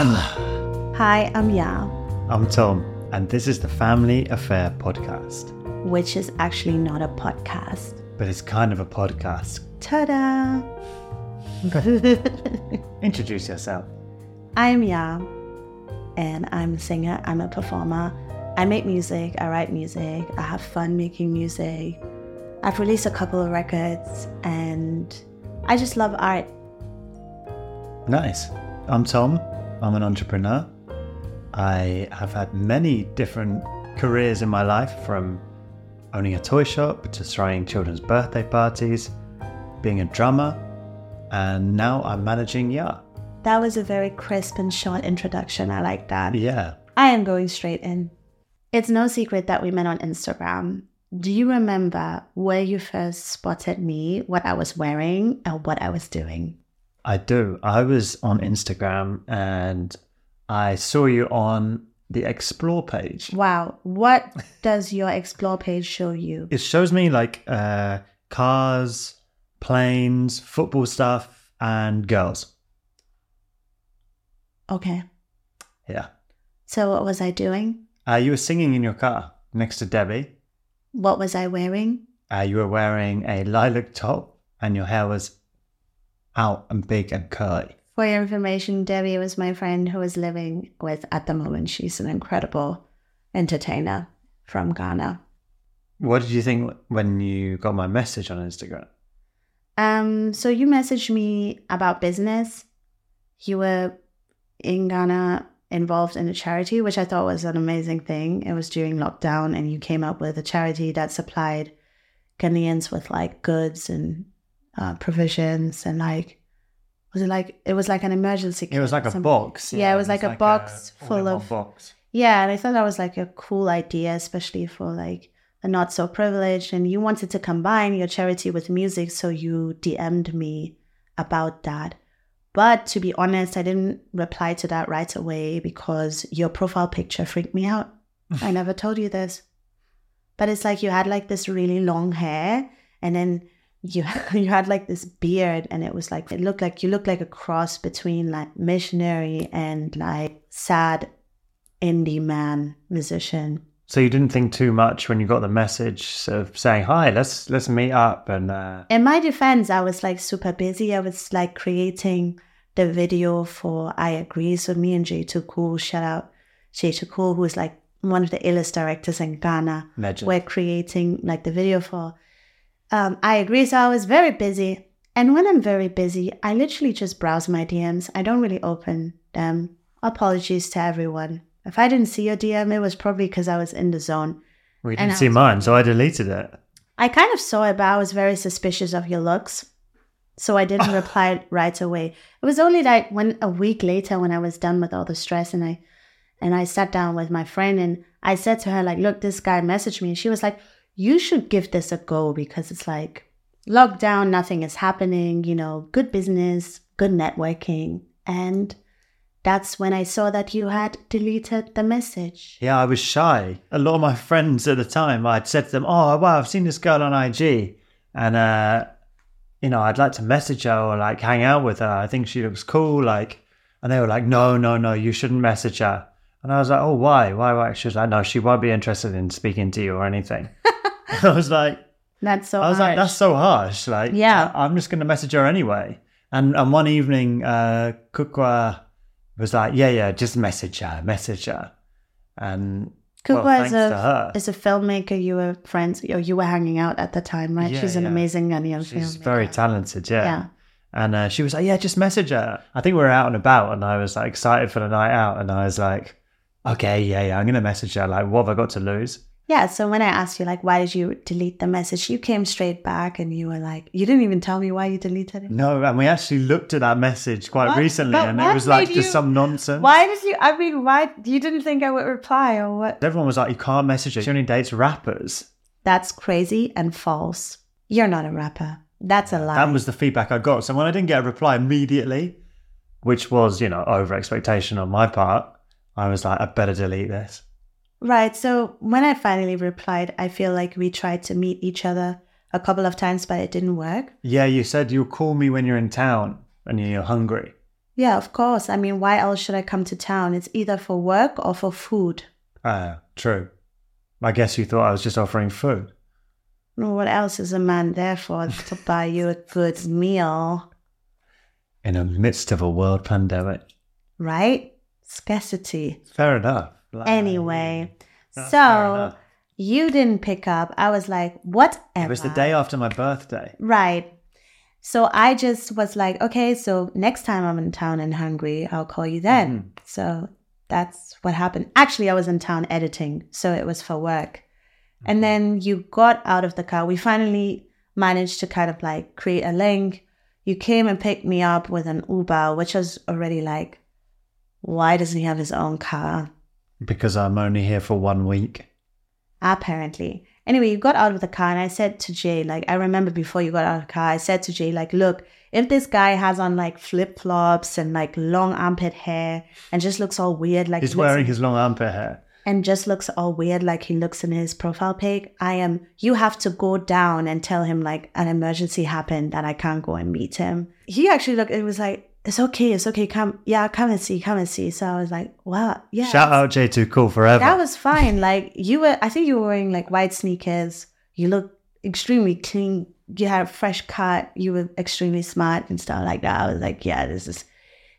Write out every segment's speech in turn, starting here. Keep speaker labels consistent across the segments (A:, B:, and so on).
A: Hi, I'm Yao,
B: I'm Tom, and this is the Family Affair Podcast.
A: which is actually not a podcast.
B: But it's kind of a podcast.
A: Ta da!
B: Introduce yourself.
A: I'm Yao, and I'm a singer, I'm a performer. I make music, I write music, I have fun making music. I've released a couple of records, and I just love art.
B: Nice. I'm Tom. I'm an entrepreneur. I have had many different careers in my life from owning a toy shop to throwing children's birthday parties, being a drummer, and now I'm managing Ya.
A: That was a very crisp and short introduction. I like that.
B: Yeah.
A: I am going straight in. It's no secret that we met on Instagram. Do you remember where you first spotted me, what I was wearing, and what I was doing?
B: I do. I was on Instagram and I saw you on the explore page.
A: Wow, what does your explore page show you?
B: it shows me like uh cars planes football stuff and girls
A: Okay,
B: yeah
A: so what was I doing?
B: uh, you were singing in your car next to debbie
A: What was I wearing?
B: uh, you were wearing a lilac top and your hair was out and big and curly
A: For your information, Debbie was my friend who is living with at the moment. She's an incredible entertainer from Ghana.
B: what did you think when you got my message on instagram
A: Um, so you messaged me about business. You were in Ghana involved in a charity, which I thought was an amazing thing. It was during lockdown, and you came up with a charity that supplied Ghanaians with like goods and uh, provisions and like was it like it was like an emergency
B: it was like a
A: some-
B: box
A: Yeah, it was like a box full
B: all-in-one
A: of-
B: box
A: yeah, and I thought that was like a cool idea, especially for like the not so privileged. And you wanted to combine your charity with music, so you DM'd me about that. But to be honest, I didn't reply to that right away because your profile picture freaked me out. I never told you this. But it's like you had like this really long hair and then you you had like this beard and it was like it looked like you looked like a cross between like missionary and like sad indie man musician.
B: so you didn't think too much when you got the message of saying hi let's let's meet up and uh
A: In my defense, I was like super busy. I was like creating the video for I Agree. So me and Jay Tukul, shout out Jay Tukul, who is like one of the illest directors in Ghana.
B: legend
A: We're creating like the video for um, I Agree. So I was very busy. And when I'm very busy, I literally just browse my DMs. I don't really open them. Apologies to everyone. If I didn't see your DM, it was probably because I was in the zone.
B: we
A: and
B: didn't
A: I
B: see
A: was-
B: mine so i deleted it
A: I kind of saw it, but I was very suspicious of your looks. So I didn't reply right away. It was only like when a week later when I was done with all the stress and I and I sat down with my friend and I said to her, like, look, this guy messaged me and she was like, You should give this a go because it's like lockdown, nothing is happening, you know, good business, good networking. And that's when I saw that you had deleted the message.
B: Yeah, I was shy. A lot of my friends at the time, I'd said to them, "Oh, wow, I've seen this girl on IG, and uh, you know, I'd like to message her or like hang out with her. I think she looks cool." Like, and they were like, "No, no, no, you shouldn't message her." And I was like, "Oh, why? Why? Why?" She was like, "No, she won't be interested in speaking to you or anything." I was like,
A: That's so
B: I was like,
A: harsh.
B: that's so harsh. Like,
A: Yeah.
B: I- I'm just going to message her anyway. And and one evening, uh, Kukwa was like, yeah, yeah, just message her, message her. And well,
A: Kukwa
B: thanks
A: is
B: to
A: a
B: her.
A: is a filmmaker. You were friends, or you were hanging out at the time, right?
B: Yeah,
A: She's an
B: yeah.
A: amazing Ghanaian filmmaker.
B: she's very talented, yeah.
A: Yeah.
B: And uh, she was like, yeah, just message her. I think we were out and about, and I was like excited for the night out, and I was like, okay, yeah, yeah, I'm going to message her. Like, what have I got to lose?
A: Yeah. So when I asked you, like, why did you delete the message? You came straight back, and you were like, you didn't even tell me why you deleted it.
B: No, and we actually looked at that message quite
A: What?
B: recently,
A: But
B: and it
A: what
B: was like
A: made
B: just
A: you-
B: some nonsense.
A: Why did you? I mean, why you didn't think I would reply or what?
B: Everyone was like, you can't message her. She only dates rappers.
A: That's crazy and false. You're not a rapper. That's a lie.
B: That was the feedback I got. So when I didn't get a reply immediately, which was, you know, over expectation on my part, I was like, I better delete this.
A: Right. So when I finally replied, I feel like we tried to meet each other a couple of times, but it didn't work.
B: Yeah, you said you'll call me when you're in town and you're hungry.
A: Yeah, of course. I mean, why else should I come to town? It's either for work or for food.
B: Ah, true. I guess you thought I was just offering food.
A: No, What else is a man there for? to buy you a good meal,
B: In the midst of a world pandemic.
A: right? Scarcity.
B: Fair enough. Like-
A: Anyway,
B: That's fair
A: so
B: enough.
A: you didn't pick up. I was like, whatever.
B: It was the day after my birthday.
A: Right. So I just was like, okay, so next time I'm in town and hungry, I'll call you then. So that's what happened. Actually, I was in town editing, so it was for work. And then you got out of the car. We finally managed to kind of like create a link. You came and picked me up with an Uber, which was already like, why doesn't he have his own car?
B: Because I'm only here for one week.
A: apparently. Anyway, you got out of the car, and I said to Jay, like, I remember before you got out of the car, I said to Jay, like, look, if this guy has on like flip flops and like long armpit hair and just looks all weird, like
B: He's
A: looks-
B: wearing his long armpit hair.
A: and just looks all weird, like he looks in his profile pic, I am, you have to go down and tell him like an emergency happened that I can't go and meet him. He actually looked, it was like, it's okay, it's okay, come, yeah, come and see, come and see. So I was like, wow, yeah.
B: Shout out J2 Cool Forever.
A: That was fine. Like you were, I think you were wearing like white sneakers. You looked extremely clean. You had a fresh cut. You were extremely smart and stuff like that. I was like, yeah, this is,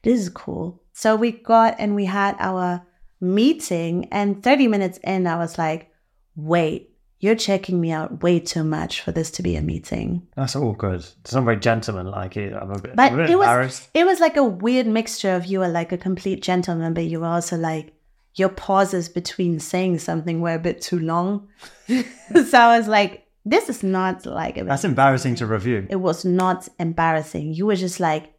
A: this is cool. So we got and we had our meeting, and 30 minutes in, I was like, wait, you're checking me out way too much for this to be a meeting.
B: That's awkward. It's not very gentlemanlike. it- I'm a bit,
A: But
B: I'm a bit
A: it was-
B: embarrassed.
A: It was like a weird mixture of you were like a complete gentleman, but you were also like your pauses between saying something were a bit too long. so I was like, this is not like a-
B: That's embarrassing to review.
A: it was not embarrassing. You were just like,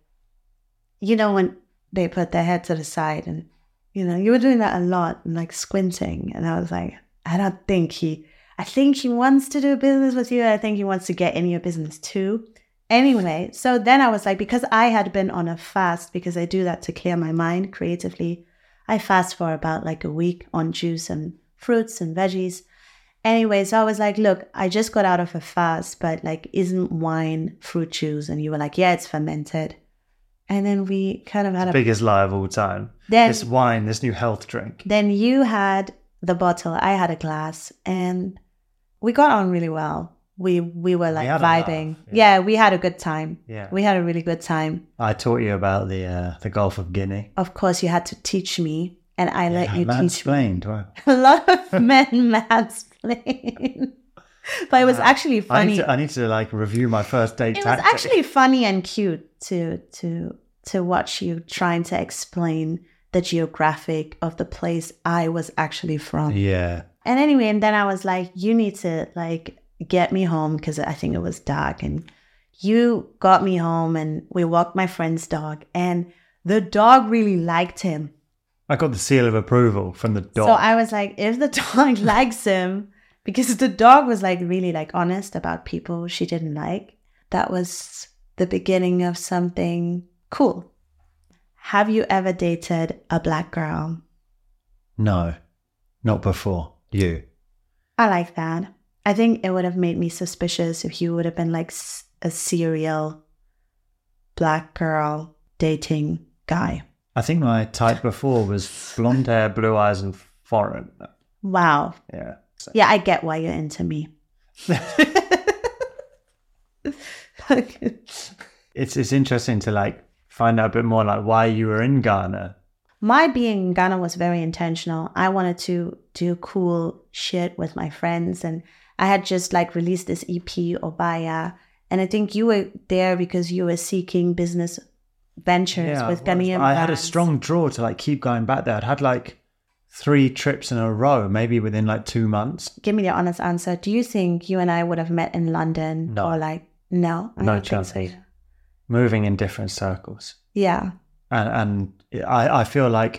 A: you know, when they put their head to the side and you know, you were doing that a lot and like squinting. And I was like, I don't think he I think he wants to do business with you. I think he wants to get in your business too. Anyway, so then I was like, because I had been on a fast, because I do that to clear my mind creatively, I fast for about like a week on juice and fruits and veggies. Anyway, so I was like, look, I just got out of a fast, but like, isn't wine fruit juice? And you were like, yeah, it's fermented. And then we kind of had a
B: Biggest lie of all time.
A: then
B: this wine, this new health drink.
A: then you had the bottle, I had a glass, and we got on really well. We we were like
B: had a laugh,
A: vibing.
B: yeah.
A: yeah. we had a good time.
B: Yeah.
A: We had a really good time.
B: I taught you about the uh, the Gulf of Guinea.
A: Of course, you had to teach me, and I let you teach me.
B: explained. Wow.
A: A lot of men mansplain, but it was
B: Wow.
A: actually
B: I
A: funny.
B: need, to, I need to like review my first date.
A: it was
B: tactic.
A: actually funny and cute to to to watch you trying to explain the geographic of the place I was actually from.
B: Yeah.
A: And anyway, and then I was like, you need to like get me home because I think it was dark. And you got me home and we walked my friend's dog and the dog really liked him.
B: I got the seal of approval from the dog.
A: So I was like, if the dog likes him, because the dog was like really like honest about people she didn't like, that was the beginning of something cool. Have you ever dated a black girl?
B: no, not before you.
A: I like that. I think it would have made me suspicious if you would have been like s- a serial black girl dating guy.
B: I think my type before was blonde hair, blue eyes, and foreign.
A: Wow.
B: Yeah.
A: Yeah, I get why you're into me.
B: It's it's interesting to like find out a bit more like why you were in Ghana.
A: my being in Ghana was very intentional. I wanted to do cool shit with my friends, and I had just like released this EP Obaya, and I think you were there because you were seeking business ventures
B: Yeah,
A: with
B: I was.
A: Ghanaian.
B: I had a
A: brands.
B: strong draw to like keep going back there. I'd had like three trips in a row, maybe within like two months.
A: give me the honest answer. Do you think you and I would have met in London?
B: No.
A: Or like, no? I
B: No
A: don't think so
B: chance.
A: either.
B: Moving in different circles.
A: Yeah.
B: and and I, I feel like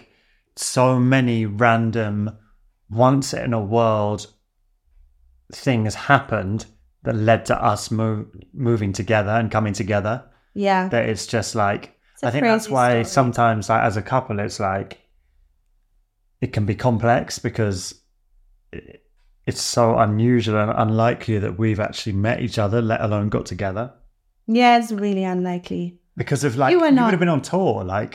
B: so many random once in a world things happened that led to us move, moving together and coming together
A: Yeah.
B: that it's just like
A: It's a
B: i think that's
A: crazy
B: why
A: story.
B: sometimes like as a couple it's like it can be complex because i- it's so unusual and unlikely that we've actually met each other let alone got together
A: Yeah, it's really unlikely.
B: because if like
A: You
B: you,
A: were
B: would
A: not-
B: have been on tour like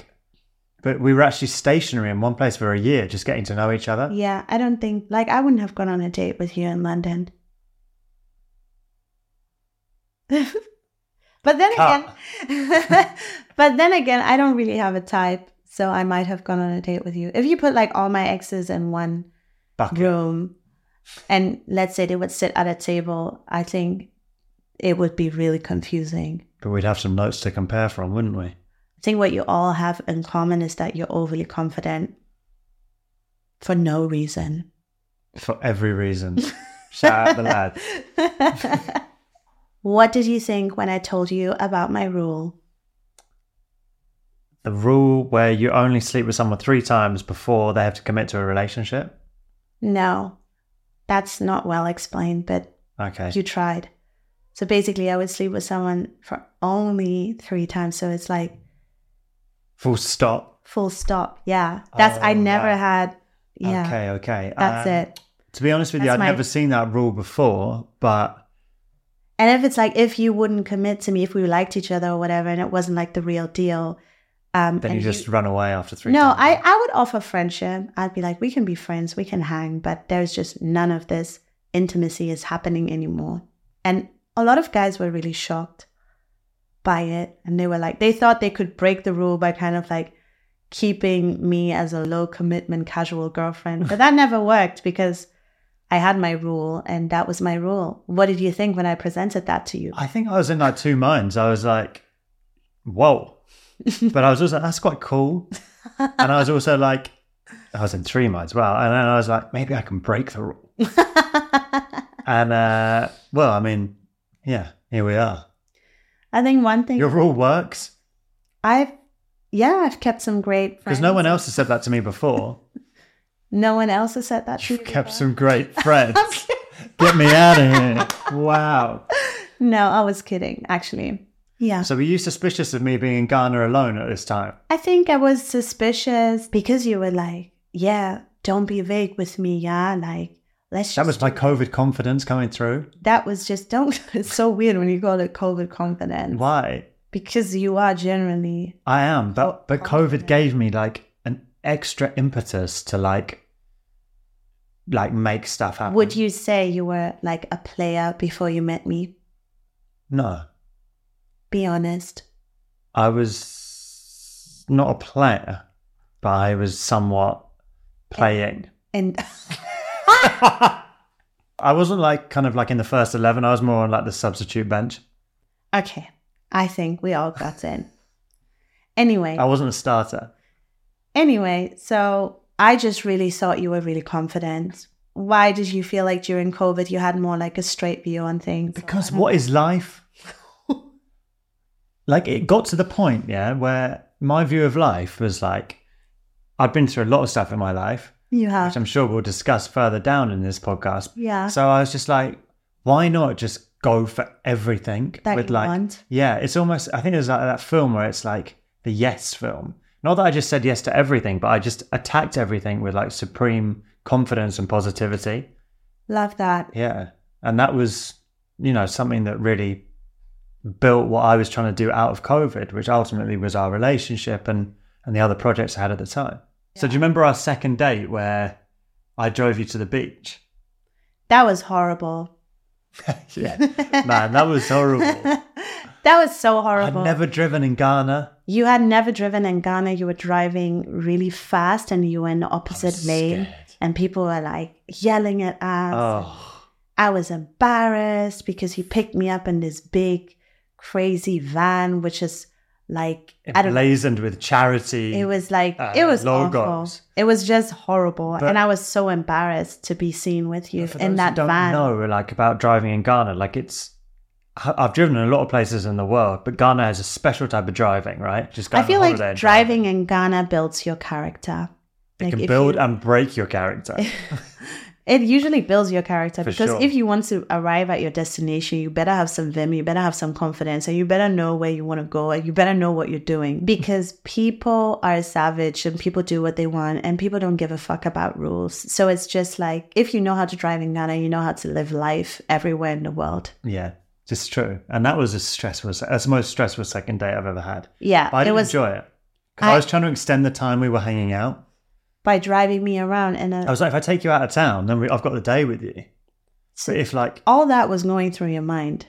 B: But we were actually stationary in one place for a year, just getting to know each other.
A: Yeah, I don't think like I wouldn't have gone on a date with you in London. but then
B: Cut.
A: again, but then again, I don't really have a type, so I might have gone on a date with you. If you put like all my exes in one
B: Bucket.
A: room and let's say they would sit at a table, I think it would be really confusing.
B: But we'd have some notes to compare from, wouldn't we?
A: I think what you all have in common is that you're overly confident for no reason.
B: For every reason. Shout out the lad.
A: what did you think when I told you about my rule?
B: The rule where you only sleep with someone three times before they have to commit to a relationship.
A: No, that's not well explained, but
B: Okay.
A: you tried. So basically, I would sleep with someone for only three times. So it's like
B: Full stop.
A: full stop. Yeah. That's, I
B: Oh,
A: never
B: right.
A: had. Yeah.
B: Okay, okay.
A: That's
B: Um,
A: it.
B: To be honest with you,
A: That's
B: I'd
A: my-
B: never seen that rule before, but
A: And if it's like, if you wouldn't commit to me, if we liked each other or whatever, and it wasn't like the real deal, um,
B: then you
A: and
B: just run away after three
A: no,
B: times.
A: I, I would offer friendship. I'd be like, we can be friends, we can hang, but there's just none of this intimacy is happening anymore. And a lot of guys were really shocked by it. And they were like, they thought they could break the rule by kind of like keeping me as a low commitment casual girlfriend. But that never worked because I had my rule and that was my rule. What did you think when I presented that to you?
B: I think I was in like two minds. I was like, whoa. but I was also, that's quite cool. And I was also like, I was in three minds. Well, and then I was like, maybe I can break the rule. And uh, well, I mean, yeah, here we are.
A: I think one thing
B: Your rule works
A: I've, yeah, I've kept some great friends.
B: because no one else has said that to me before.
A: No one else has said that to you.
B: You've kept some great friends. Get me out of here. Wow.
A: No, I was kidding, actually. Yeah.
B: So were you suspicious of me being in Ghana alone at this time?
A: I think I was suspicious because you were like, yeah, don't be vague with me. Yeah. Like, let's just.
B: That was my COVID confidence coming through.
A: that was just, don't. It's so weird when you call it COVID confidence
B: Why?
A: because you are generally.
B: I am,
A: Oh,
B: but but
A: oh,
B: COVID
A: yeah.
B: gave me like an extra impetus to like like make stuff happen.
A: Would you say you were like a player before you met me?
B: No,
A: Be honest.
B: I was not a player, but I was somewhat playing.
A: And
B: I wasn't like kind of like in the first eleven. I was more on like the substitute bench.
A: okay, I think we all got it. Anyway.
B: I wasn't a starter.
A: Anyway, so I just really thought you were really confident. Why did you feel like during COVID you had more like a straight view on things?
B: Because what is life? like it got to the point, yeah, where my view of life was like I'd been through a lot of stuff in my life,
A: You have.
B: which I'm sure we'll discuss further down in this podcast.
A: Yeah.
B: So I was just like, why not just go for everything
A: That
B: with
A: you
B: like
A: want.
B: Yeah, it's almost I think there's like that film where it's like the yes film. Not that I just said yes to everything, but I just attacked everything with like supreme confidence and positivity.
A: Love that.
B: Yeah. And that was, you know, something that really built what I was trying to do out of COVID, which ultimately was our relationship and, and the other projects I had at the time. So do you remember our second date where I drove you to the beach?
A: That was horrible.
B: yeah. Man, that was horrible.
A: That was so
B: I'd
A: horrible.
B: never driven in Ghana.
A: you had never driven in Ghana. You were driving really fast and you were in the opposite lane.
B: scared.
A: And people were like yelling at us.
B: Oh.
A: I was embarrassed because he picked me up in this big, crazy van, which is like I don't.
B: Emblazoned with charity.
A: It was like
B: uh,
A: it was awful.
B: logos.
A: It was just horrible,
B: But-
A: and I was so embarrassed to be seen with you
B: For those
A: in that
B: who don't
A: van.
B: know like about driving in Ghana, like it's I- I've driven in a lot of places in the world, but Ghana has a special type of driving, right? Just
A: I
B: going on
A: feel like
B: holiday and
A: driving in Ghana builds your character.
B: It
A: like
B: can
A: if
B: build
A: you-
B: and break your character.
A: It usually builds your character
B: For
A: because
B: sure.
A: if you want to arrive at your destination, you better have some vim, you better have some confidence, and you better know where you want to go, and you better know what you're doing because people are savage and people do what they want, and people don't give a fuck about rules. So it's just like if you know how to drive in Ghana, you know how to live life everywhere in the world.
B: yeah, it's true. And that was a stressful, se- that's the most stressful second date I've ever had.
A: Yeah,
B: But I
A: it
B: did
A: was
B: enjoy it. 'Cause I,
A: I-
B: was trying to extend the time we were hanging out.
A: by driving me around and
B: I was like, if I take you out of town, then we, I've got the day with you. But if like,
A: all that was going through your mind.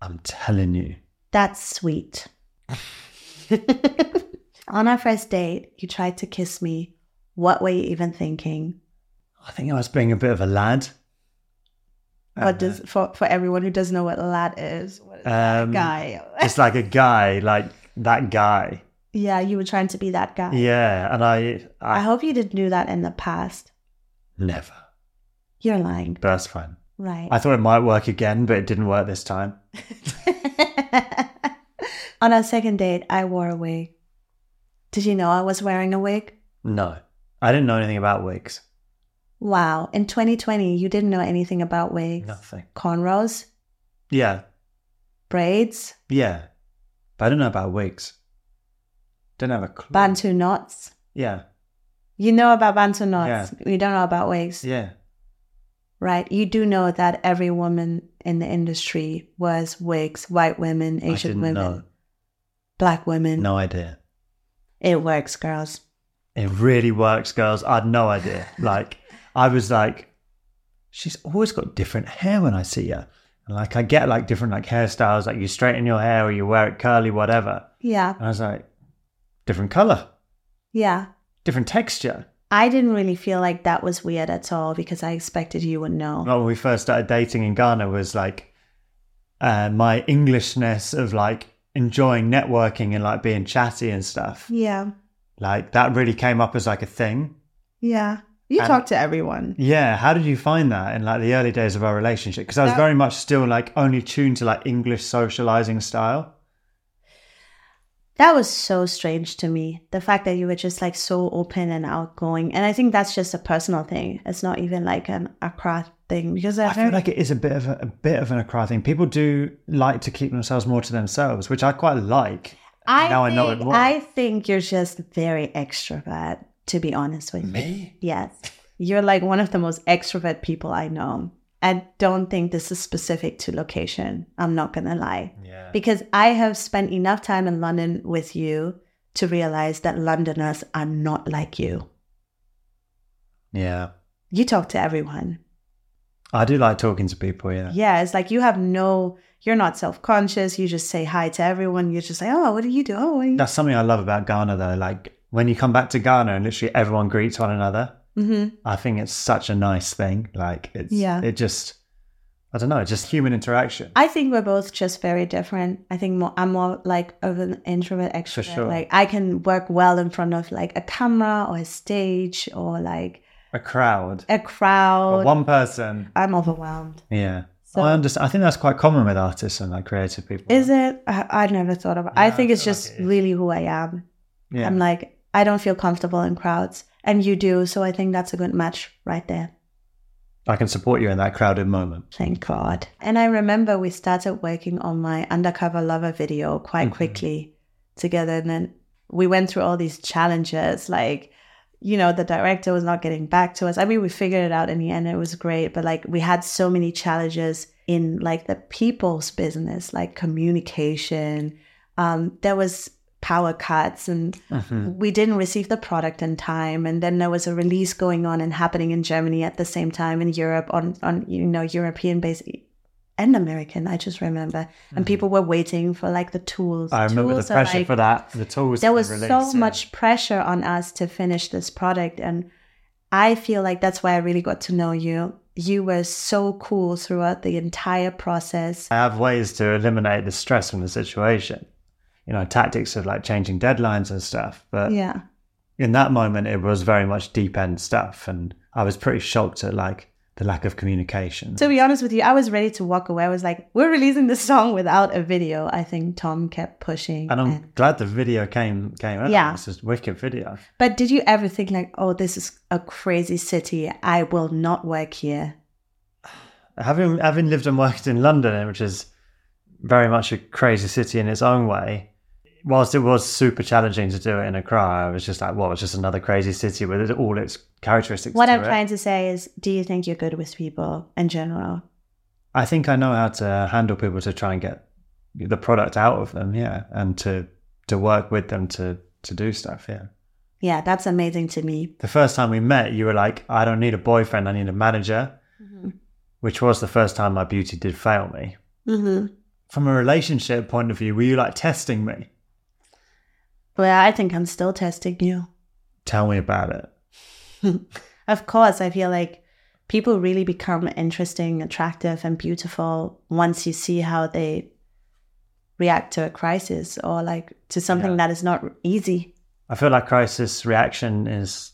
B: I'm telling you,
A: That's sweet. On our first date, you tried to kiss me. What were you even thinking?
B: I think I was being a bit of a lad.
A: What
B: Uh,
A: does for for everyone who doesn't know what lad is? What is that
B: Um,
A: guy?
B: It's like a guy, like that guy.
A: yeah, you were trying to be that guy.
B: Yeah, and I,
A: I
B: I
A: hope you didn't do that in the past.
B: never.
A: You're lying,
B: But that's fine.
A: right?
B: I thought it might work again, but it didn't work this time.
A: On our second date, I wore a wig. Did you know I was wearing a wig?
B: No, I didn't know anything about wigs.
A: Wow. In 2020, you didn't know anything about wigs.
B: Nothing.
A: Cornrows,
B: Yeah,
A: braids,
B: yeah, but I don't know about wigs. Don't have a clue.
A: Bantu knots.
B: Yeah,
A: You know about Bantu knots. You don't know about wigs,
B: yeah.
A: right? You do know that every woman in the industry wears wigs white women,
B: I
A: Asian
B: didn't
A: women,
B: know.
A: black women.
B: No idea.
A: It works, girls.
B: It really works, girls. I had no idea. Like, I was like, she's always got different hair when I see her. And like, I get like different like hairstyles, like you straighten your hair or you wear it curly, whatever.
A: Yeah.
B: And I was like, different color,
A: Yeah.
B: different texture.
A: I didn't really feel like that was weird at all because I expected you would know.
B: Like, when we first started dating in Ghana was like, uh, my Englishness of like enjoying networking and like being chatty and stuff.
A: Yeah.
B: Like, that really came up as like a thing.
A: Yeah. You
B: And-
A: talk to everyone.
B: Yeah, how did you find that in like the early days of our relationship? Because I was
A: That-
B: very much still like only tuned to like English socializing style.
A: That was so strange to me. The fact that you were just like so open and outgoing. And I think that's just a personal thing. It's not even like an Accra thing because I,
B: I feel like it is a bit of a, a bit of an acquired thing. People do like to keep themselves more to themselves, which I quite like.
A: I
B: now I
A: think,
B: know it more.
A: I think you're just very extrovert, to be honest with you.
B: Me?
A: Yes. You're like one of the most extrovert people I know. I don't think this is specific to location. I'm not going to lie.
B: Yeah.
A: Because I have spent enough time in London with you to realize that Londoners are not like you.
B: Yeah.
A: You talk to everyone.
B: I do like talking to people, yeah.
A: Yeah, it's like you have no, you're not self conscious. You just say hi to everyone. You're just like, oh, what do you do? Oh, what do you-"
B: That's something I love about Ghana though. Like when you come back to Ghana and literally everyone greets one another,
A: Mhm.
B: I think it's such a nice thing. Like it's
A: Yeah.
B: it just I don't know, it's just human interaction.
A: I think we're both just very different. I think more, I'm more like of an introvert extrovert.
B: sure.
A: Like I can work well in front of like a camera or a stage or like
B: a crowd.
A: a crowd.
B: But one person
A: I'm overwhelmed.
B: Yeah.
A: So
B: I understand. I think that's quite common with artists and like creative people.
A: is it? I, I never thought about.
B: Yeah,
A: I
B: I
A: think it's
B: feel like
A: just
B: it is.
A: really who I am.
B: Yeah.
A: I'm like I don't feel comfortable in crowds, and you do. So I think that's a good match right there.
B: I can support you in that crowded moment.
A: Thank God. And I remember we started working on my undercover lover video quite
B: Mhm.
A: quickly together. And then we went through all these challenges, like, you know, the director was not getting back to us. I mean, we figured it out in the end. It was great. But like, we had so many challenges in like the people's business, like communication. Um, there was power cuts and
B: Mm.
A: we didn't receive the product in time and then there was a release going on and happening in germany at the same time in europe on on you know european based and american i just remember and people were waiting for like the tools
B: Mm-hmm. I remember
A: Tools
B: the
A: are,
B: pressure
A: like-
B: for that. The tools.
A: there
B: for
A: was
B: release,
A: so
B: yeah.
A: much pressure on us to finish this product and i feel like that's why i really got to know you you were so cool throughout the entire process
B: I have ways to eliminate the stress from the situation. You know, tactics of like changing deadlines and stuff. But
A: yeah
B: in that moment, it was very much deep end stuff, and I was pretty shocked at like the lack of communication.
A: To be honest with you, I was ready to walk away. I was like, we're releasing this song without a video. I think Tom kept pushing.
B: and I'm
A: and-
B: glad the video came came out.
A: uh, Yeah.
B: it's just wicked video.
A: but did you ever think, like, oh, this is a crazy city. I will not work here?
B: having having lived and worked in London, which is very much a crazy city in its own way, whilst it was super challenging to do it in Accra, I was just like, well, it's just another crazy city with all its characteristics.
A: What
B: to
A: I'm
B: it.
A: trying to say is, do you think you're good with people in general?
B: I think I know how to handle people to try and get the product out of them, yeah, and to to work with them to to do stuff. Yeah.
A: Yeah, that's amazing to me.
B: The first time we met, you were like, I don't need a boyfriend, I need a manager, which was the first time my beauty did fail me.
A: Mm-hmm.
B: From a relationship point of view, were you like testing me?
A: But I think I'm still testing you.
B: Tell me about it.
A: Of course, I feel like people really become interesting, attractive, and beautiful once you see how they react to a crisis or like to something
B: Yeah.
A: that is not easy.
B: I feel like crisis reaction is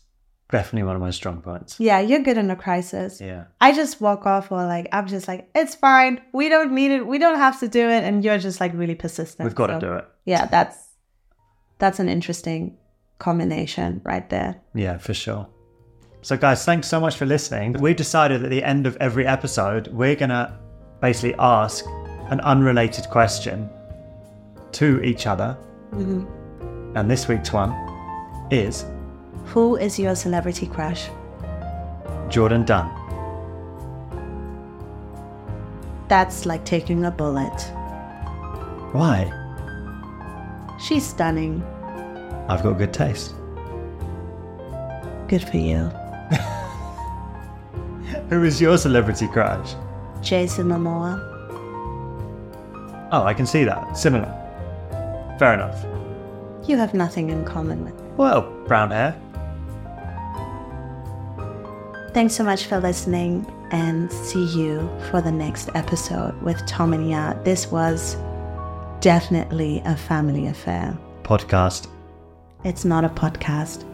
B: definitely one of my strong points.
A: Yeah, you're good in a crisis.
B: Yeah.
A: I just walk off or like I'm just like it's fine. We don't need it. We don't have to do it and you're just like really persistent.
B: We've got to
A: So,
B: do it.
A: Yeah, that's that's an interesting combination right there.
B: Yeah, for sure. So, guys, thanks so much for listening. We've decided at the end of every episode, we're going to basically ask an unrelated question to each other. And this week's one is
A: Who is your celebrity crush?
B: Jordan Dunn.
A: That's like taking a bullet.
B: Why?
A: She's stunning.
B: I've got good taste.
A: Good for you.
B: Who is your celebrity crush?
A: Jason Momoa.
B: Oh, I can see that. Similar. Fair enough.
A: You have nothing in common with me.
B: Well, brown hair.
A: Thanks so much for listening and see you for the next episode with Tom and Ya. This was definitely a family affair.
B: Podcast.
A: It's not a podcast.